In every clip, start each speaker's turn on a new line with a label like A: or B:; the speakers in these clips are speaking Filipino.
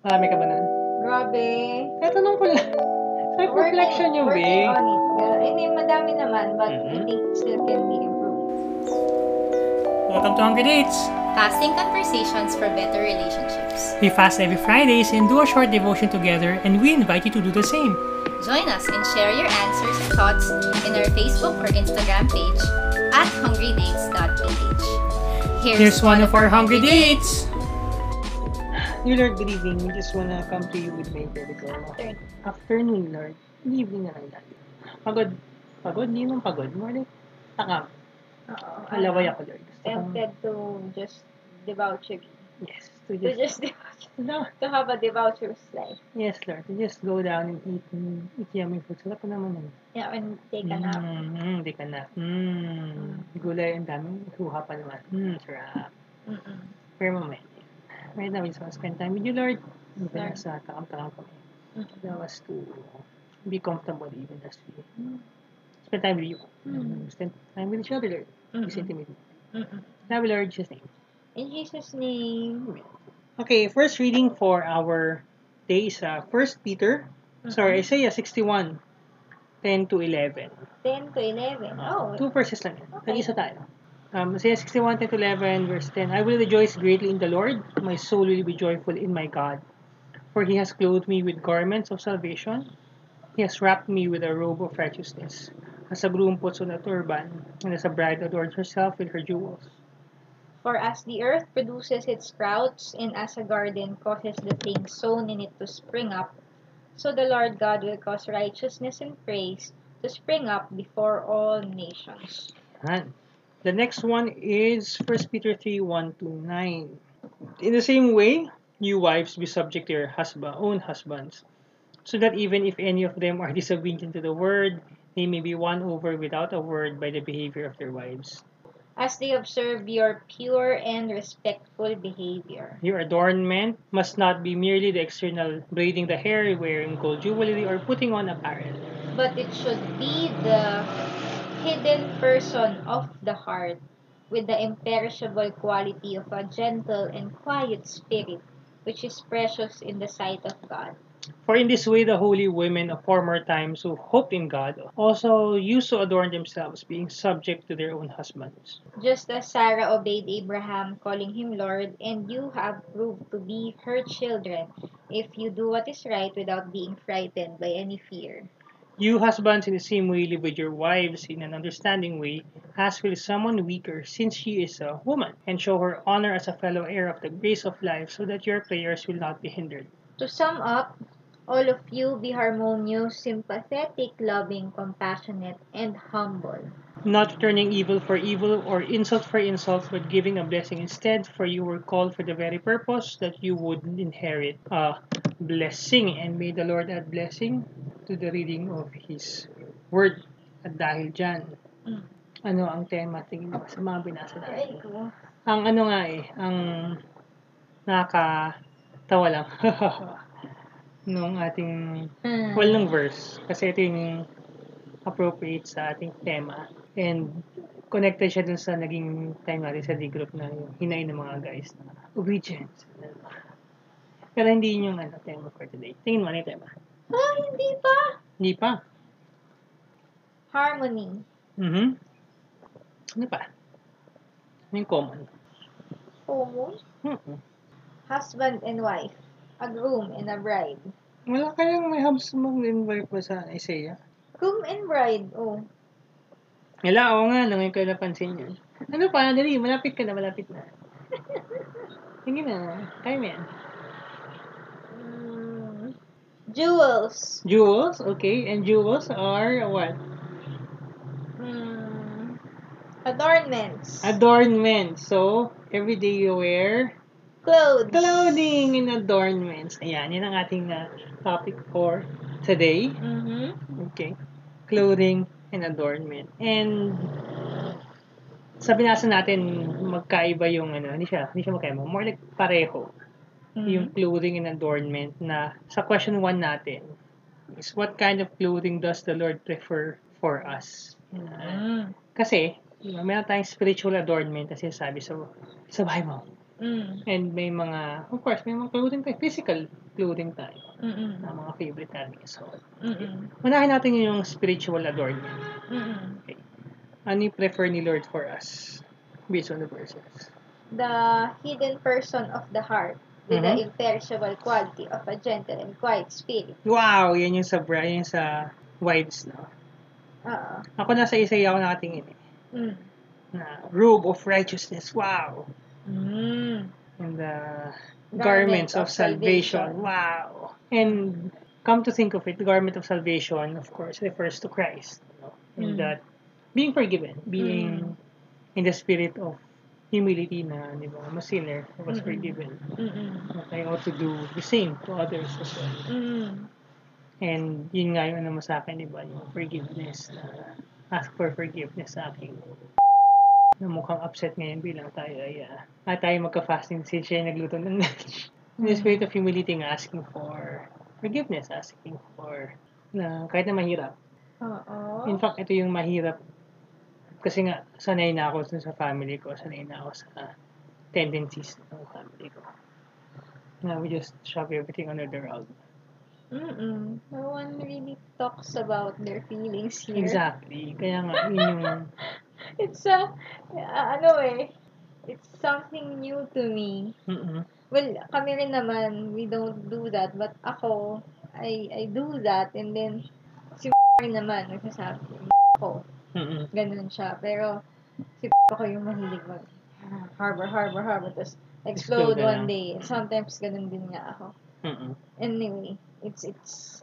A: Marami ka ba nun?
B: Grabe.
A: Natanong ko lang. Self-reflection yung
B: Working
A: big.
B: on it. Girl. I mean, madami naman, but
A: Mhm.
B: I think still can be improved.
A: Welcome to Hungry Dates!
C: Fasting conversations for better relationships.
A: We fast every Fridays and do a short devotion together and we invite you to do the same.
C: Join us and share your answers and thoughts in our Facebook or Instagram page at hungrydates.ph.
A: Here's one of our Hungry Dates! Dear Lord, good evening. We just wanna come to you with my vertical. Afternoon, Lord. Good evening na lang lagi. Pagod. Pagod? Hindi naman pagod. More like, takam.
B: Oo.
A: Alaway ako, Lord. Gusto kong-
B: Tempted to just debauchery.
A: yes, to
B: To
A: just,
B: just debauchery. To have a debaucherous life.
A: yes, Lord, to just go down and eat, mm, eat yummy food. Sarap na naman. yun.
B: Yeah, and take a nap.
A: Mm, di ka na. Mm, gulay ang daming huha pa naman. Mm, sarap.
B: Mm-mm.
A: Pero mamaya. Right now, we just want to spend time with you, Lord. Even
B: Sure.
A: as uh, takam-takam kami.
B: Mm-mm.
A: Allow us to be comfortable even as we spend time with you.
B: Mm.
A: Spend time with each other, Lord. It's
B: Mm-mm.
A: intimate.
B: Mm-mm.
A: Love, you, Lord, in Jesus' name.
B: In Jesus' name.
A: Okay, first reading for our day is uh, 1 Peter, sorry, Isaiah 61, 10 to 11.
B: 10 to 11. Oh,
A: Two verses lang. yan.
B: Okay.
A: Nag-isa tayo. Um, Isaiah 61, 10 to 11, verse 10. I will rejoice greatly in the Lord. My soul will be joyful in my God. For he has clothed me with garments of salvation. He has wrapped me with a robe of righteousness. As a groom puts on a turban, and as a bride adorns herself with her jewels.
B: For as the earth produces its sprouts, and as a garden causes the things sown in it to spring up, so the Lord God will cause righteousness and praise to spring up before all nations.
A: Ayan. The next one is 1 Peter 3, 1 to 9. In the same way, you wives be subject to your husband, own husbands, so that even if any of them are disobedient to the word, they may be won over without a word by the behavior of their wives.
B: As they observe your pure and respectful behavior.
A: Your adornment must not be merely the external braiding the hair, wearing gold jewelry, or putting on apparel.
B: But it should be the hidden person of the heart, with the imperishable quality of a gentle and quiet spirit, which is precious in the sight of God.
A: For in this way the holy women of former times who hoped in God also used to adorn themselves, being subject to their own husbands.
B: Just as Sarah obeyed Abraham, calling him Lord, and you have proved to be her children if you do what is right without being frightened by any fear.
A: You husbands, in the same way, live with your wives in an understanding way, as with someone weaker, since she is a woman, and show her honor as a fellow heir of the grace of life, so that your prayers will not be hindered.
B: To sum up, all of you be harmonious, sympathetic, loving, compassionate, and humble.
A: Not returning evil for evil or insult for insult, but giving a blessing instead, for you were called for the very purpose that you would inherit a blessing. And may the Lord add blessing to the reading of His Word. At dahil dyan,
B: Mm.
A: ano ang tema tingin mo sa mga binasa natin? ang ano nga eh, ang nakakatawa lang nung ating,
B: Hmm.
A: well, nung verse. Kasi ito yung appropriate sa ating tema. And connected siya dun sa naging time natin sa D-group na yung hinay ng mga guys na obedience. Pero hindi yun yung ano, tema for today. Tingin mo, ano yung tema?
B: Ah, hindi pa!
A: Hindi pa.
B: Harmony.
A: Mm-hmm. Ano pa? Ano yung common? Mm-hmm.
B: Homo.
A: Mm-mm.
B: Oh, Husband and wife. A groom and a bride.
A: Wala kayang may hubs mong invite mo sa Isaiah?
B: Groom and bride. Oh.
A: Wala, oo nga, no, ngayon ko napansin yun. Ano pa, dali, malapit ka na, malapit na. Sige na, time yan.
B: Mm. Jewels.
A: Jewels, okay, and jewels are what?
B: Mm, adornments.
A: Adornments. So, every day you wear
B: clothes.
A: clothing and adornments. Ayan, yan ang ating uh, topic for today.
B: Mm-hmm.
A: Okay. Clothing and adornment. And sa binasa natin, magkaiba yung ano, hindi siya, hindi siya magkaiba. More like pareho. yung clothing and adornment na sa question 1 natin is what kind of clothing does the Lord prefer for us?
B: Mm-hmm.
A: Kasi, meron tayong spiritual adornment na sinasabi sa, sa Bible.
B: Mm.
A: And may mga, of course, may mga clothing tayo. Physical clothing tayo.
B: Mm-mm.
A: Na mga favorite natin isuot.
B: Mm-mm.
A: Unahin natin yung spiritual adornment.
B: Mm-mm.
A: Ano yung prefer ni Lord for us? Based on the verses.
B: The hidden person of the heart with the
A: Mm-hmm.
B: imperishable quality of a gentle and quiet spirit.
A: Wow! Yan yung sa, bra- yan yung sa wives, no?
B: Oo.
A: Ako nasa Isaiah ako nakatingin eh.
B: Mm.
A: Na robe of righteousness. Wow!
B: Mm.
A: And the
B: Garment
A: garments of,
B: of salvation.
A: salvation. Wow! And come to think of it, the garment of salvation, of course, refers to Christ. no?
B: Mm.
A: And that being forgiven, being in the spirit of humility na, di ba, I'm a sinner who was
B: Mm-mm.
A: forgiven.
B: Mm-mm.
A: That I ought to do the same to others as well.
B: Mm.
A: And yun nga yung ano mo sa akin, di ba? Yung forgiveness. na ask for forgiveness sa akin. Na mukhang upset ngayon bilang tayo ay ah, ah, tayo magka-fasting since siya ay nagluto ng lunch. In the spirit of humility nga, asking for forgiveness, asking for na kahit na mahirap.
B: Oo.
A: In fact, ito yung mahirap kasi nga, sanay na ako dun sa family ko, sanay na ako sa tendencies ng family ko. Na we just shove everything under the rug.
B: Mm-mm. Mm-hmm. No one really talks about their feelings here.
A: Exactly. Kaya nga, yun yung
B: It's a, uh, ano eh, it's something new to me.
A: Mm-mm.
B: Well, kami rin naman, we don't do that. But ako, I I do that. And then, si rin naman, nagsasabi ako.
A: Mm-mm.
B: Ganun siya. Pero, si ako yung mahilig mag harbor, harbor, harbor. Tapos, explode
A: Explode na
B: one
A: lang.
B: day. Sometimes, ganun din nga ako.
A: Mm-mm.
B: Anyway, it's, it's,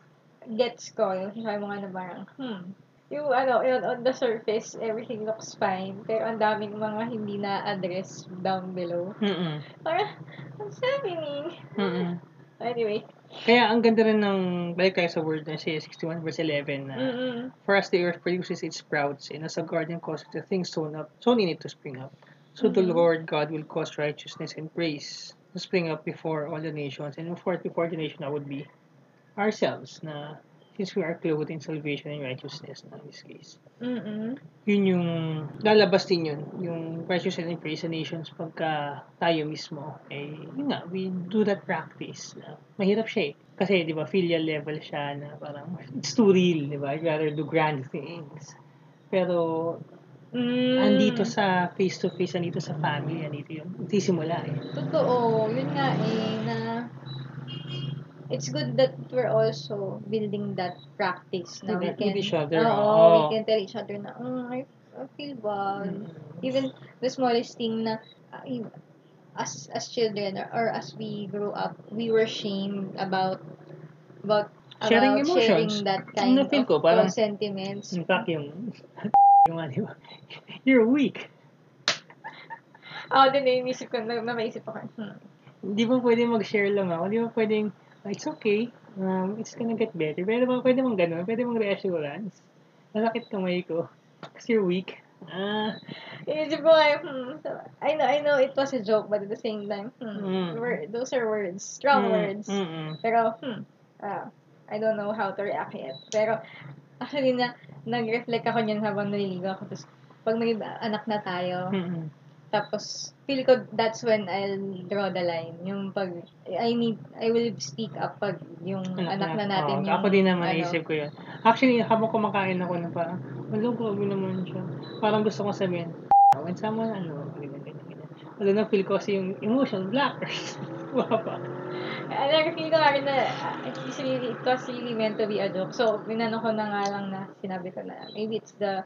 B: gets ko. Yung sinasabi mo nga na parang, hmm, yung ano, yun, on the surface, everything looks fine. Pero ang daming mga hindi na-address down below.
A: Mm-mm.
B: Parang, what's happening?
A: Mm-mm.
B: Anyway.
A: Kaya ang ganda rin ng, balik tayo sa word na Isaiah 61 verse 11 na,
B: Mm-mm.
A: For as the earth produces its sprouts, and as a garden causes the things sown up, sown in it to spring up, so the
B: Mhm.
A: Lord God will cause righteousness and praise to spring up before all the nations, and of course, before the nation that would be ourselves, na since we are clothed in salvation and righteousness na in this case.
B: Mm-mm.
A: yun yung lalabas din yun, yung righteous and praise the nations pagka tayo mismo, eh, yun nga, we do that practice. Na mahirap siya eh. Kasi, di ba, filial level siya na parang, it's too real, di ba? I'd rather do grand things. Pero,
B: Mm.
A: andito sa face-to-face, andito sa family, andito yun. Hindi simula eh.
B: Totoo. Yun nga eh, na it's good that we're also building that practice na we
A: With-
B: can
A: with each other,
B: Oo,
A: oo.
B: we can tell each other na, mm, I, I feel
A: Mm.
B: bad. Even the smallest thing na, ah, yun, as as children or, or as we grew up, we were shamed about about
A: Sharing
B: about
A: emotions.
B: sharing that kind
A: Na-feel
B: of
A: ko, parang- Mm.
B: of sentiments.
A: In fact, yung, yung ano, di ba? you're weak.
B: Ako din na inisip eh, ko, na, na maisip ako, hmm.
A: Hindi ba pwede mag-share lang ako? Hindi ba pwedeng, "Ah, it's okay, um, it's gonna get better. Pero ba pwede mong ganun? Pwede mong reassurance? Masakit kamay ko. Kasi you're weak. Ah,
B: Inisip ko nga, hmm, so, I know, I know it was a joke, but at the same time, hmm,
A: Mm.
B: wor- those are words,
A: mm,
B: strong words.
A: mm-mm.
B: Pero, hmm, ah, I don't know how to react yet. Pero, actually na, nag-reflect ako niyan habang naliligo ako. Tapos, pag may ba- anak na tayo,
A: Mm-mm.
B: tapos, feel ko that's when I'll draw the line. Yung pag, I need, I will speak up pag yung anak, na
A: oo.
B: natin. yung,
A: Ako din naman,
B: ano,
A: naisip ko yun. Actually, habang kumakain ako na parang, wala, grabe naman siya. Parang gusto kong sabihin, when someone, ano, ganyan, ganyan, ganyan. Wala na feel ko kasi yung emotion, blockers. Wala pa.
B: Alam, nag-feel ko nga rin na ah, it was, really, it was really meant to be a joke. So, minano ko na nga lang na sinabi ko na maybe it's the,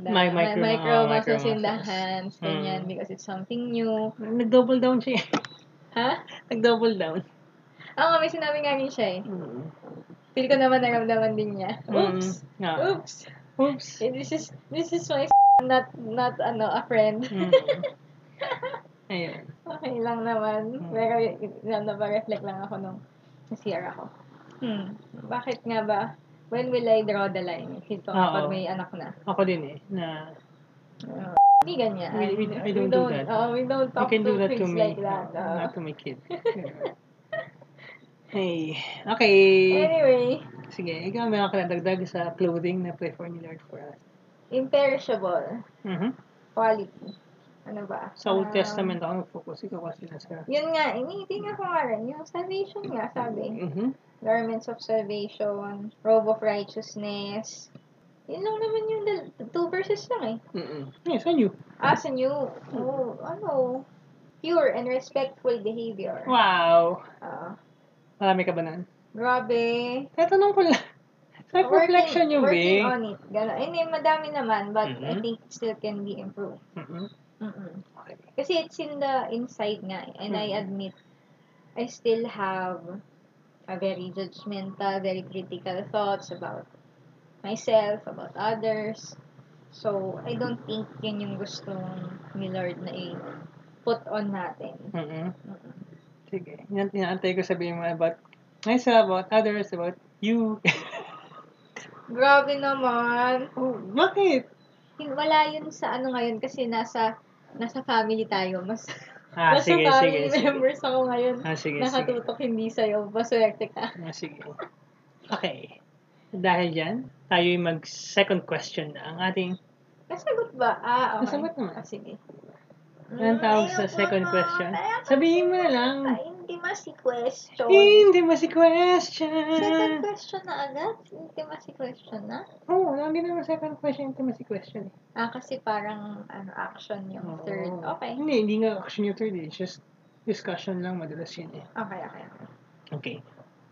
B: the
A: My micro- oh,
B: muscles
A: micro
B: in the
A: muscles.
B: hands,
A: Mm.
B: ganyan, because it's something new.
A: Nag-double down siya. eh.
B: Ha?
A: Nag-double down.
B: Ah, nga, may sinabi nga rin siya eh.
A: Mm.
B: Feel ko naman naramdaman din niya. Oops!
A: Mm. Oo.
B: Oops!
A: Oops.
B: Eh, this is, this is my not, not, ano, a friend.
A: Mm. Ayun.
B: okay lang naman.
A: Mm.
B: Pero, na, reflect lang ako nung nasira ko. Hmm. Bakit nga ba? When will I draw the line? Feel ko
A: Oo.
B: kapag may anak na.
A: Ako din eh, na
B: Uh, Hindi ganyan.
A: We- we- I don't do that.
B: Oo, we
A: you
B: don't talk
A: can do
B: to
A: that
B: kids
A: to me,
B: like that. uh-huh. oo.
A: not to my kid. hey, okay.
B: Anyway,
A: Sige, ikaw may nakadagdag sa clothing na prefer ni Lord for us.
B: imperishable
A: Mhm.
B: quality Ano ba?
A: Sa Old
B: Um,
A: Testament ako nag-focus. Ikaw kasi nasa...
B: Yun nga, iniitin nga ko nga rin. Yung salvation nga, sabi.
A: Mm-hmm.
B: Garments of salvation, robe of righteousness. Yun lang naman yung dal- two verses lang eh.
A: Mm-hmm. Yeah, sa new.
B: Ah, sa new. Oh, ano? Pure and respectful behavior.
A: Wow.
B: Ah,
A: Marami ka ba nun?
B: grabe.
A: Tatanong ko lang. Self-reflection
B: Working-
A: yung
B: Working
A: big.
B: on it. Gano'n. Hindi, madami naman, but I
A: Mhm.
B: think it still can be improved.
A: Mm-hmm.
B: mm
A: Okay.
B: Kasi it's in the inside nga. And I
A: Mhm.
B: admit, I still have a very judgmental, very critical thoughts about myself, about others. So, I don't think yun yung gustong ni Lord na i-put on natin.
A: Mm-hmm.
B: Mm-mm.
A: Sige. Ina- Inaantay ko sabihin mo about myself, about others, about you.
B: Grabe naman!
A: oh, bakit?
B: Hin- Wala yun sa ano ngayon kasi nasa nasa family tayo. Mas,
A: Ah,
B: nasa
A: sige, sige,
B: family
A: sige.
B: members ako ngayon.
A: Ah, sige, sige.
B: Nakatutok hindi sa'yo. Maswerte ka.
A: Ah, sige. Okay. Dahil dyan, tayo mag-second question na. Ang ating
B: Nasagot ba? Ah, okay.
A: Nasagot naman.
B: Ah, sige.
A: Anong tawag sa
B: Ayoko
A: second
B: na.
A: question?
B: Ayoko
A: Sabihin mo na
B: na.
A: lang.
B: Ay, Intimacy question.
A: Hindi mo si
B: Second
A: question.
B: question na agad? Intimacy question na?
A: Oo, oh, lagi naman second question, hindi mo si question. eh.
B: Ah, kasi parang ano, action yung
A: Oo.
B: third. Okay.
A: Hindi, hindi nga action yung third. eh. It's just discussion lang madalas yun eh.
B: Okay, okay. okay.
A: Okay.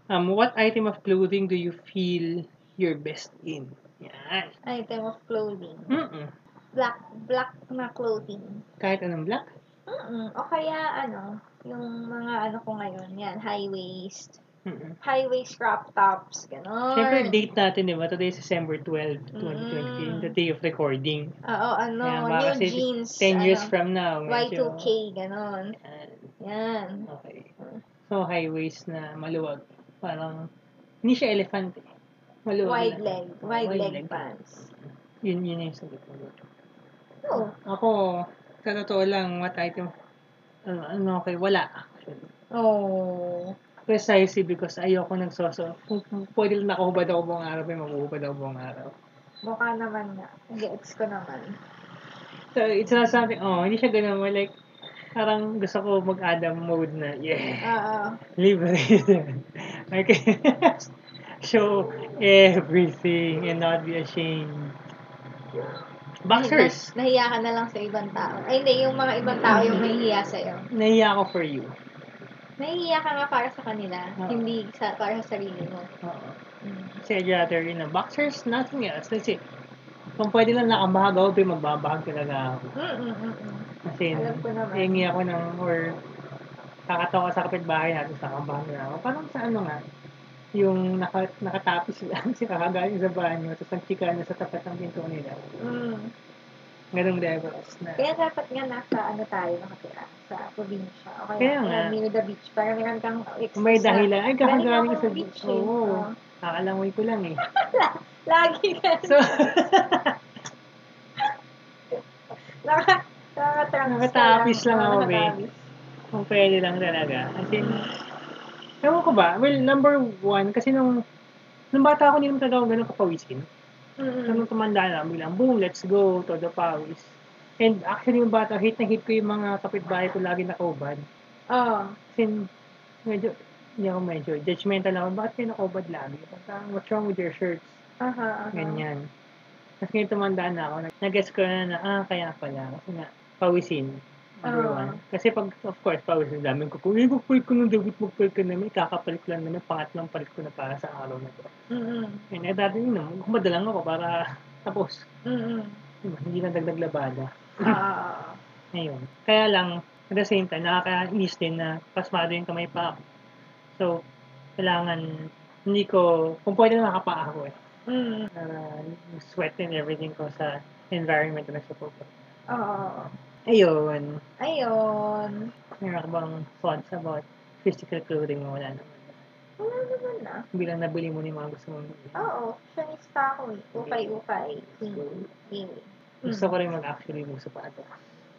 A: Um, what item of clothing do you feel you're best in? Yan.
B: Item of clothing.
A: Mm-mm.
B: Black, black na clothing.
A: Kahit anong black?
B: Mm-mm. O kaya, ano, yung mga ano ko ngayon, yan, high waist.
A: Mm-mm.
B: High waist crop tops, ganon.
A: Siyempre, date natin, di ba? Today is December 12, 2020,
B: Mm.
A: the day of recording.
B: Oo, ano,
A: Kaya baka
B: new
A: kasi
B: jeans.
A: 10 years
B: ano,
A: from now. medyo-
B: Y2K, ganon.
A: Yan.
B: Yan.
A: Okay. So, high waist na maluwag. Parang, hindi siya elephant eh. Maluwag
B: Wide
A: lang.
B: leg. Wide,
A: Wide
B: leg,
A: leg.
B: pants.
A: Yun, yun yung sagot ko.
B: Oo.
A: Ako, sa totoo lang, what item, ano, ano okay, wala. actually.
B: Oh.
A: Precisely because ayoko nagsoso. Kung kung pwede lang nakahubad ako buong araw, may maghuhubad ako buong araw.
B: Mukha naman nga. Gets ko naman.
A: So, it's not something, oh, hindi siya ganun. More like, parang gusto ko mag-Adam mode na, yeah,
B: Oo.
A: libre. I can show everything and not be ashamed. Boxers!
B: Nah- nahiya ka na lang sa ibang tao. Ay, hindi. Yung mga ibang tao yung nahihiya sa'yo.
A: Nahiya ako for you.
B: Nahihiya ka nga para sa kanila.
A: Oo.
B: Hindi sa, para sa sarili mo.
A: Oo.
B: Mm.
A: Kasi I'd rather, you know, boxers, nothing else. Kasi, kung pwede lang nakabahag ako, pero magbabahag talaga ako.
B: Mm-mm-mm.
A: Kasi,
B: Alam ko naman.
A: hingi ako ng, or, kakatawa sa kapitbahay natin, sa kabahan na ako. Parang sa ano nga, yung naka, nakatapis lang si kakagaling sa banyo, tapos nagchika na sa tapat ng pinto nila.
B: Mm.
A: Ganong levels na.
B: Kaya dapat nga nasa ano tayo nakatira. Sa probinsya. O kaya,
A: Kaya nga.
B: near the beach. Para meron kang excuse
A: May
B: na-
A: dahilan. Ay,
B: Galing
A: kakagaling
B: ako
A: sa
B: ng beach. eh.
A: Oo.
B: Oo.
A: Kakalangoy ko lang eh.
B: Lagi ka.
A: So,
B: Naka, nakatrangs
A: Nakatapis lang ako,
B: Oo,
A: eh.
B: nakatapis.
A: Kung pwede lang talaga. As in, ewan ko ba? Well, number one, kasi nung, nung bata ako, hindi naman talaga ako ganun kapawisin.
B: Mm-mm.
A: Nung tumanda na, bilang, boom, let's go, todo pawis. And actually, yung bata, hate na hate ko yung mga kapitbahay ko lagi nakaubad.
B: Oo.
A: Kasi, medyo, hindi ako medyo, judgmental ako. Bakit kayo nakaubad lagi? Parang, what's wrong with your shirts?
B: Aha, aha.
A: Ganyan. Tapos ngayon tumanda na ako, nag-guess ko na na, ah, kaya pala. Kasi nga, pawisin. Number
B: Oo.
A: one. Kasi pag, of course, pawisin, daming kukuha. Eh, kukuha ko ng dapat magpalit ka namin. Kakapalit lang namin, pangatlong palit ko na para sa araw na to.
B: Mm-mm.
A: And eh, dati yun, no, kumadalang ako para tapos.
B: Mm-mm.
A: Diba? Hindi na dagdag labada.
B: Ah,
A: Ngayon. Kaya lang, at the same time, nakakainis din na pasmado yung kamay pa ako. So, kailangan, hindi ko, kung pwede na nakapaa ako eh.
B: mm.
A: Uh, sweat and everything ko sa environment na nagsupport ko.
B: Oo.
A: Ayun.
B: Ayun.
A: Meron ka bang thoughts about physical clothing mo? Wala naman.
B: Wala naman na.
A: Bilang nabili mo ni mga gusto mong bilhin.
B: Oo. Fashionista ako eh. Ukay-ukay. Mm. Mm.
A: Gusto ko rin mag-actually mong sapato.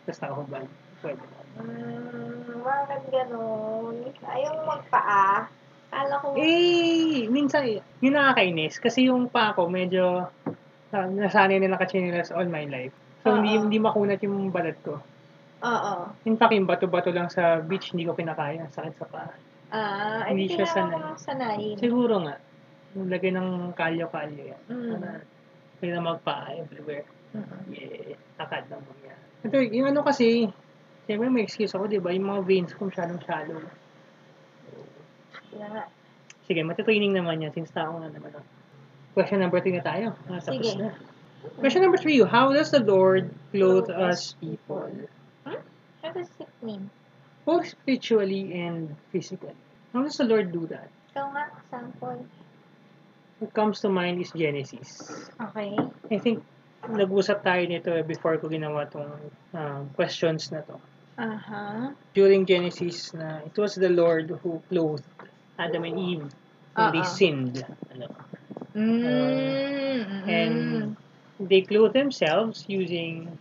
A: Tapos nakakubad. Pwede ba?
B: Mm, bakit ganun? Ayaw mo magpaa. Kala ko,
A: Eh, minsan, yun nakakainis. Kasi yung pa ako, medyo uh, nasanay na nakachinilas all my life. So, hindi,
B: Oo.
A: hindi makunat yung balat ko.
B: Oo.
A: In fact, yung bato-bato lang sa beach, hindi ko kinakaya. Ang Sakit sa paa.
B: Ah,
A: Hindi
B: hindi
A: siya
B: na
A: sanay.
B: ako sanay.
A: Siguro nga. Yung lagay ng kalyo-kalyo yan.
B: Mm.
A: Para Pwede na magpaa everywhere.
B: Mm.
A: Yeah. Akad lang mo yan. Ito, yung ano kasi, siyempre may excuse ako, di ba? Yung mga veins ko masyadong shallow.
B: Yeah.
A: Sige, matitraining naman yan since tao na naman. ako. Question number 3 na tayo. Ah, tapos
B: Sige.
A: na. Question number 3, how does the Lord clothe
B: Clothe
A: us
B: us
A: people?
B: What does it mean?
A: Both spiritually and physically. How does the Lord do that?
B: Ikaw nga, sample.
A: What comes to mind is Genesis.
B: Okay.
A: I think nag-usap tayo nito eh before ko ginawa tong ah, questions na to.
B: Aha.
A: During Genesis na it was the Lord who clothed Adam and Eve when they
B: Ah, ah.
A: sinned. Ano?
B: Mm.
A: And they clothe themselves using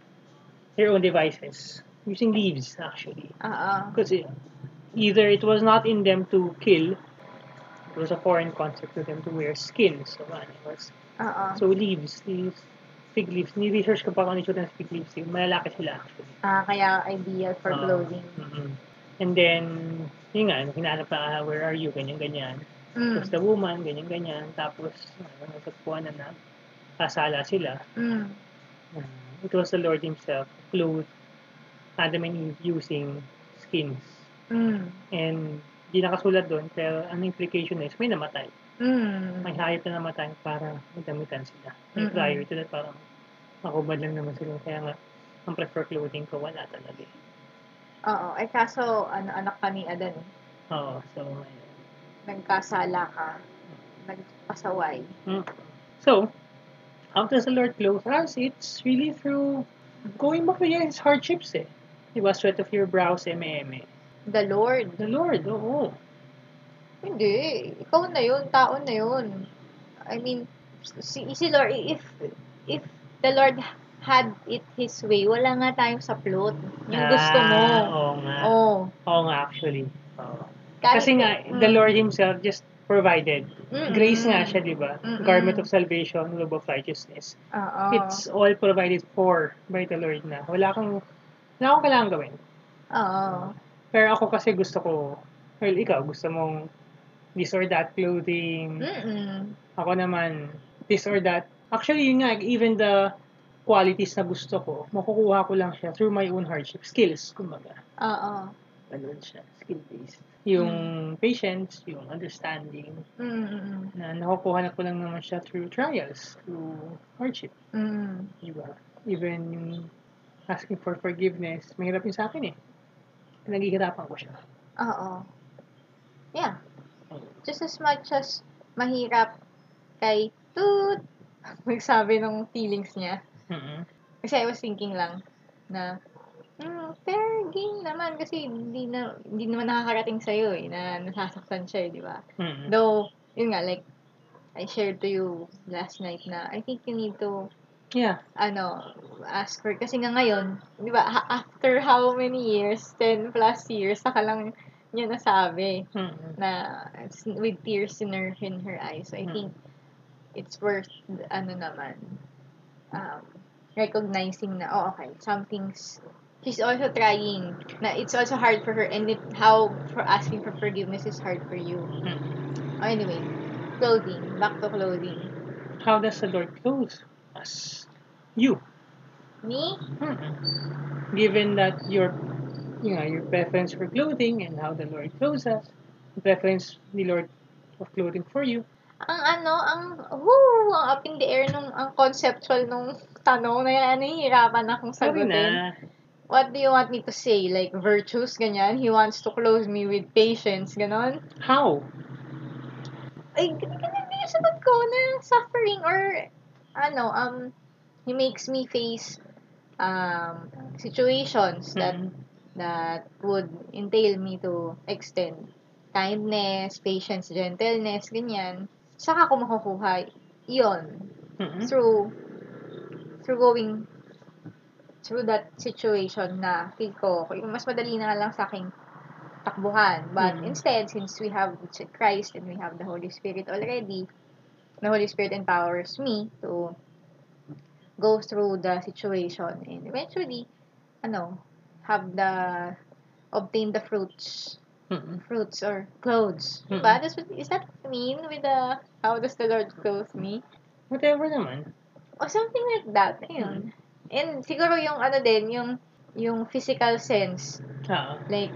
A: their own devices. Using leaves, actually.
B: Oo.
A: Because either it was not in them to kill, it was a foreign concept to them to wear skin so animals.
B: Oo.
A: So leaves, leaves, fig leaves. Ni-research ko pa kung ano yung tsura ng fig leaves. Yung malalaki sila actually.
B: Ah, kaya ideal for
A: Ah,
B: clothing.
A: mhm. And then, yun nga, hinahanap pa, ah, where are you, ganyan-ganyan.
B: Mm.
A: Tapos the woman, ganyan-ganyan. Tapos, ano, natagpuan na na, kasala sila.
B: Mm.
A: Uh, it was the Lord Himself who clothed Adam and Eve using skins.
B: Mm.
A: And di nakasulat doon, pero ang implication is may namatay.
B: Mm.
A: May hayop na namatay para madamitan sila. And
B: Mm-mm.
A: prior to that, parang makubad lang naman sila. Kaya nga, ang prefer clothing ko, wala talaga. eh.
B: Oo. Eh, kaso, ano, anak ka ni Adan.
A: Oo, so, ayun.
B: Nagkasala ka. Nagpasaway.
A: Mm. So, how does the Lord clothe us? It's really through going back to his hardships eh. Diba, sweat of your brows, eme-eme.
B: The Lord.
A: The Lord, oo.
B: Hindi. Ikaw na yun. Tao na yun. I mean, si, si Lord, if, if the Lord had it His way, wala nga tayong saplot. Yung gusto mo.
A: Ah, Oo nga.
B: Oo. Oh. mm,
A: Oo nga, actually. Kasi nga, the Lord Himself just provided. Grace nga siya, di ba?
B: Mm-mm.
A: Garment of salvation, robe of righteousness.
B: Oo.
A: It's all provided for by the Lord na. Wala kang, wala akong kailangan gawin.
B: Oo.
A: Pero ako kasi gusto ko, well, ikaw, gusto mong this or that clothing.
B: Mm. Mm-mm.
A: Ako naman, this or that. Actually, yun nga, even the qualities na gusto ko, makukuha ko lang siya through my own hardship. Skills, kumbaga.
B: Oo.
A: Ganun siya, skill-based. Yung patience, yung understanding,
B: Mm-mm.
A: na nakukuha na ko lang naman siya through trials, through hardship,
B: Mm.
A: di ba? Even yung asking for forgiveness, mahirap yun sa akin eh. Naghihirapan ko siya.
B: Oo. Yeah. Just as much as mahirap kay Toot magsabi ng feelings niya.
A: mm
B: Kasi I was thinking lang na, hmm, fair game naman kasi hindi na hindi naman nakakarating sa eh na nasasaktan siya, eh, di ba?
A: mm
B: Though, yun nga like I shared to you last night na I think you need to
A: Yeah.
B: ano, ask for, kasi nga ngayon, di ba, ha- after how many years, 10 plus years, saka lang niya nasabi
A: mm
B: na s- with tears in her, in her eyes. So, I
A: Mm.
B: think it's worth, ano naman, um, recognizing na, oh, okay, something's, she's also trying, na it's also hard for her, and it, how for asking for forgiveness is hard for you.
A: Hmm.
B: Oh, anyway, clothing, back to clothing.
A: How does the Lord clothe us? You.
B: Me?
A: Mm-mm. Given that your, you know, your preference for clothing and how the Lord clothes us, the preference ni Lord of clothing for you,
B: ang ano, ang, whoo, ang up in the air nung, ang conceptual nung tanong na yan, nahihirapan akong
A: sorry
B: sagutin.
A: na.
B: What do you want me to say? Like, virtues, ganyan? He wants to close me with patience, ganon?
A: How?
B: Ay, ganun ganun yung sagot ko na suffering or, ano, um, he makes me face, um, situations that,
A: Mm-mm.
B: that would entail me to extend kindness, patience, gentleness, ganyan. Saka ako makukuha yon
A: Mm-mm.
B: through through going through that situation na feel ko, yung mas madali na lang sa aking takbuhan. But
A: Mm.
B: instead, since we have Christ and we have the Holy Spirit already, the Holy Spirit empowers me to go through the situation and eventually, ano, have the obtain the fruits
A: Mm-mm.
B: fruits or clothes.
A: Mm-mm.
B: But is, is that mean with the how does the Lord clothe me?
A: Whatever naman.
B: Or something like that. Ayun. And siguro yung ano din, yung yung physical sense.
A: Oo.
B: Like,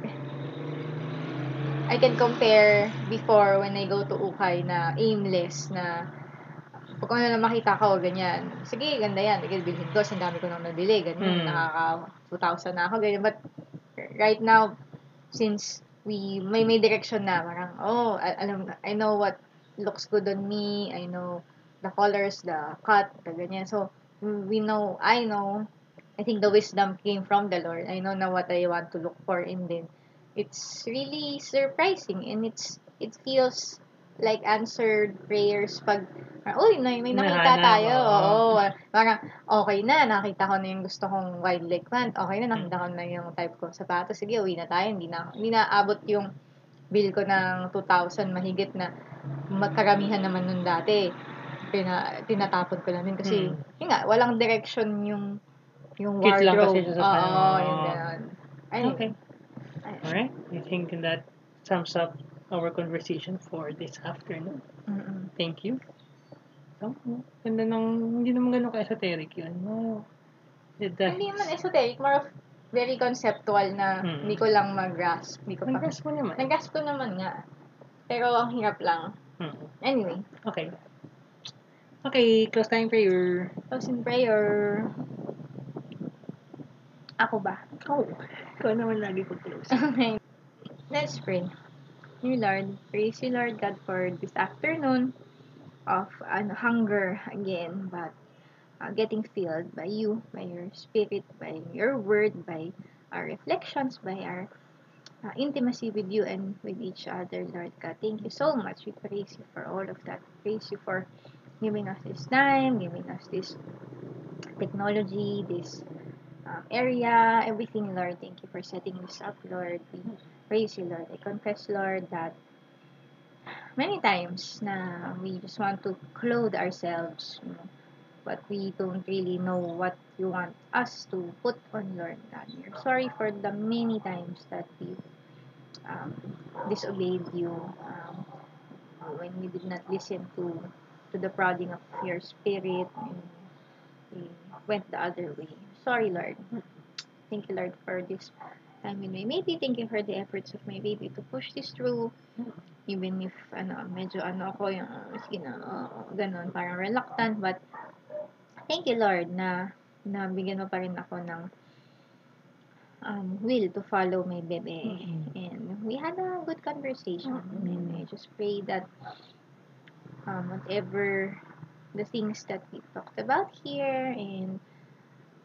B: I can compare before when I go to Ukay na aimless na pag ano na makita ko, ganyan. Sige, ganda yan. Sige, bilhin ko. Ang dami ko nang nabili. Ganyan.
A: Mm.
B: Nakaka-2,000 na ako. Ganyan. But right now, since we may may direction na, parang, oh, al- alam, I know what looks good on me. I know the colors, the cut, the ganyan. So, we know, I know, I think the wisdom came from the Lord. I know na what I want to look for and then it's really surprising and it's it feels like answered prayers pag Uy, may, may nakita
A: Nahanap,
B: tayo.
A: oo.
B: Oo. Parang, okay na, nakita ko na yung gusto kong wild leg pant. Okay na, nakita ko na yung type ko sapatos. Sige, uwi na tayo. Hindi na, hindi na abot yung bill ko ng 2,000 mahigit na magkaramihan naman nun dati. Tina, tinatapon ko lang din kasi,
A: Mm.
B: yun nga, walang direction yung yung
A: Cute lang
B: wardrobe.
A: kasi siya sa
B: Oo,
A: panahon.
B: yung gano'n. Ay,
A: Okay. Alright. I think that sums up our conversation for this afternoon.
B: mm-mm.
A: Thank you. So, ganda ng, hindi naman ganun ka-esoteric yun. No. Did that,
B: Hindi naman esoteric, more of very conceptual na
A: Mm.
B: hindi ko lang mag-grasp. Hindi ko pa.
A: Nag-guess mo naman.
B: Nag-grasp ko naman nga. Pero ang hirap lang.
A: Mm.
B: Anyway,
A: Okay. Okay, close time prayer.
B: close in prayer. Ako ba?
A: Oh, ikaw naman lagi ko close.
B: Okay. Let's pray. Dear Lord, praise you, Lord God, for this afternoon of ano, hunger again, but uh, getting filled by you, by your spirit, by your word, by our reflections, by our uh, intimacy with you and with each other, Lord God. Thank you so much. We praise you for all of that. Praise you for giving us this time, giving us this technology, this um, area, everything, Lord. Thank you for setting this up, Lord. We praise you, Lord. I confess, Lord, that many times na we just want to clothe ourselves, you know, but we don't really know what you want us to put on, Lord God. We're sorry for the many times that we um, disobeyed you, um, when we did not listen to to the prodding of your spirit, and we went the other way. Sorry, Lord. Thank you, Lord, for this time in my baby. Thank you for the efforts of my baby to push this through. Even if, ano, medyo ano ako yung, uh, sige na, uh, ganun, parang reluctant. But, thank you, Lord, na, na bigyan mo pa rin ako ng um, will to follow my baby.
A: Mhm.
B: And we had a good conversation.
A: Mhm.
B: And I just pray that um, whatever the things that we talked about here and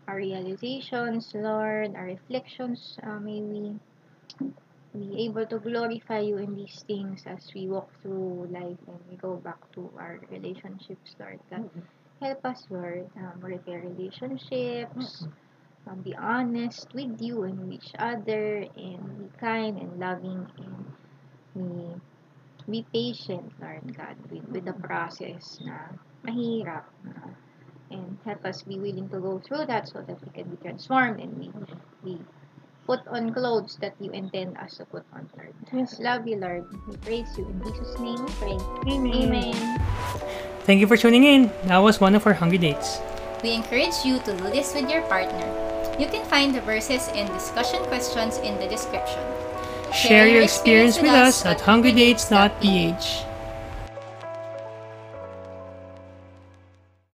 B: our realizations, Lord, our reflections, uh, may we be able to glorify you in these things as we walk through life and we go back to our relationships, Lord. God. Help us, Lord, um, repair relationships, um, be honest with you and with each other, and be kind and loving, and be, be patient, Lord God, with, with the process na mahirap. na- and help us be willing to go through that so that we can be transformed and we, we put on clothes that you intend us to put on, Lord.
A: Yes.
B: Love you, Lord. We praise you. In Jesus' name we pray.
A: Amen.
B: Amen.
A: Thank you for tuning in. That was one of our Hungry Dates.
C: We encourage you to do this with your partner. You can find the verses and discussion questions in the description.
A: Share your experience with us at hungrydates.ph.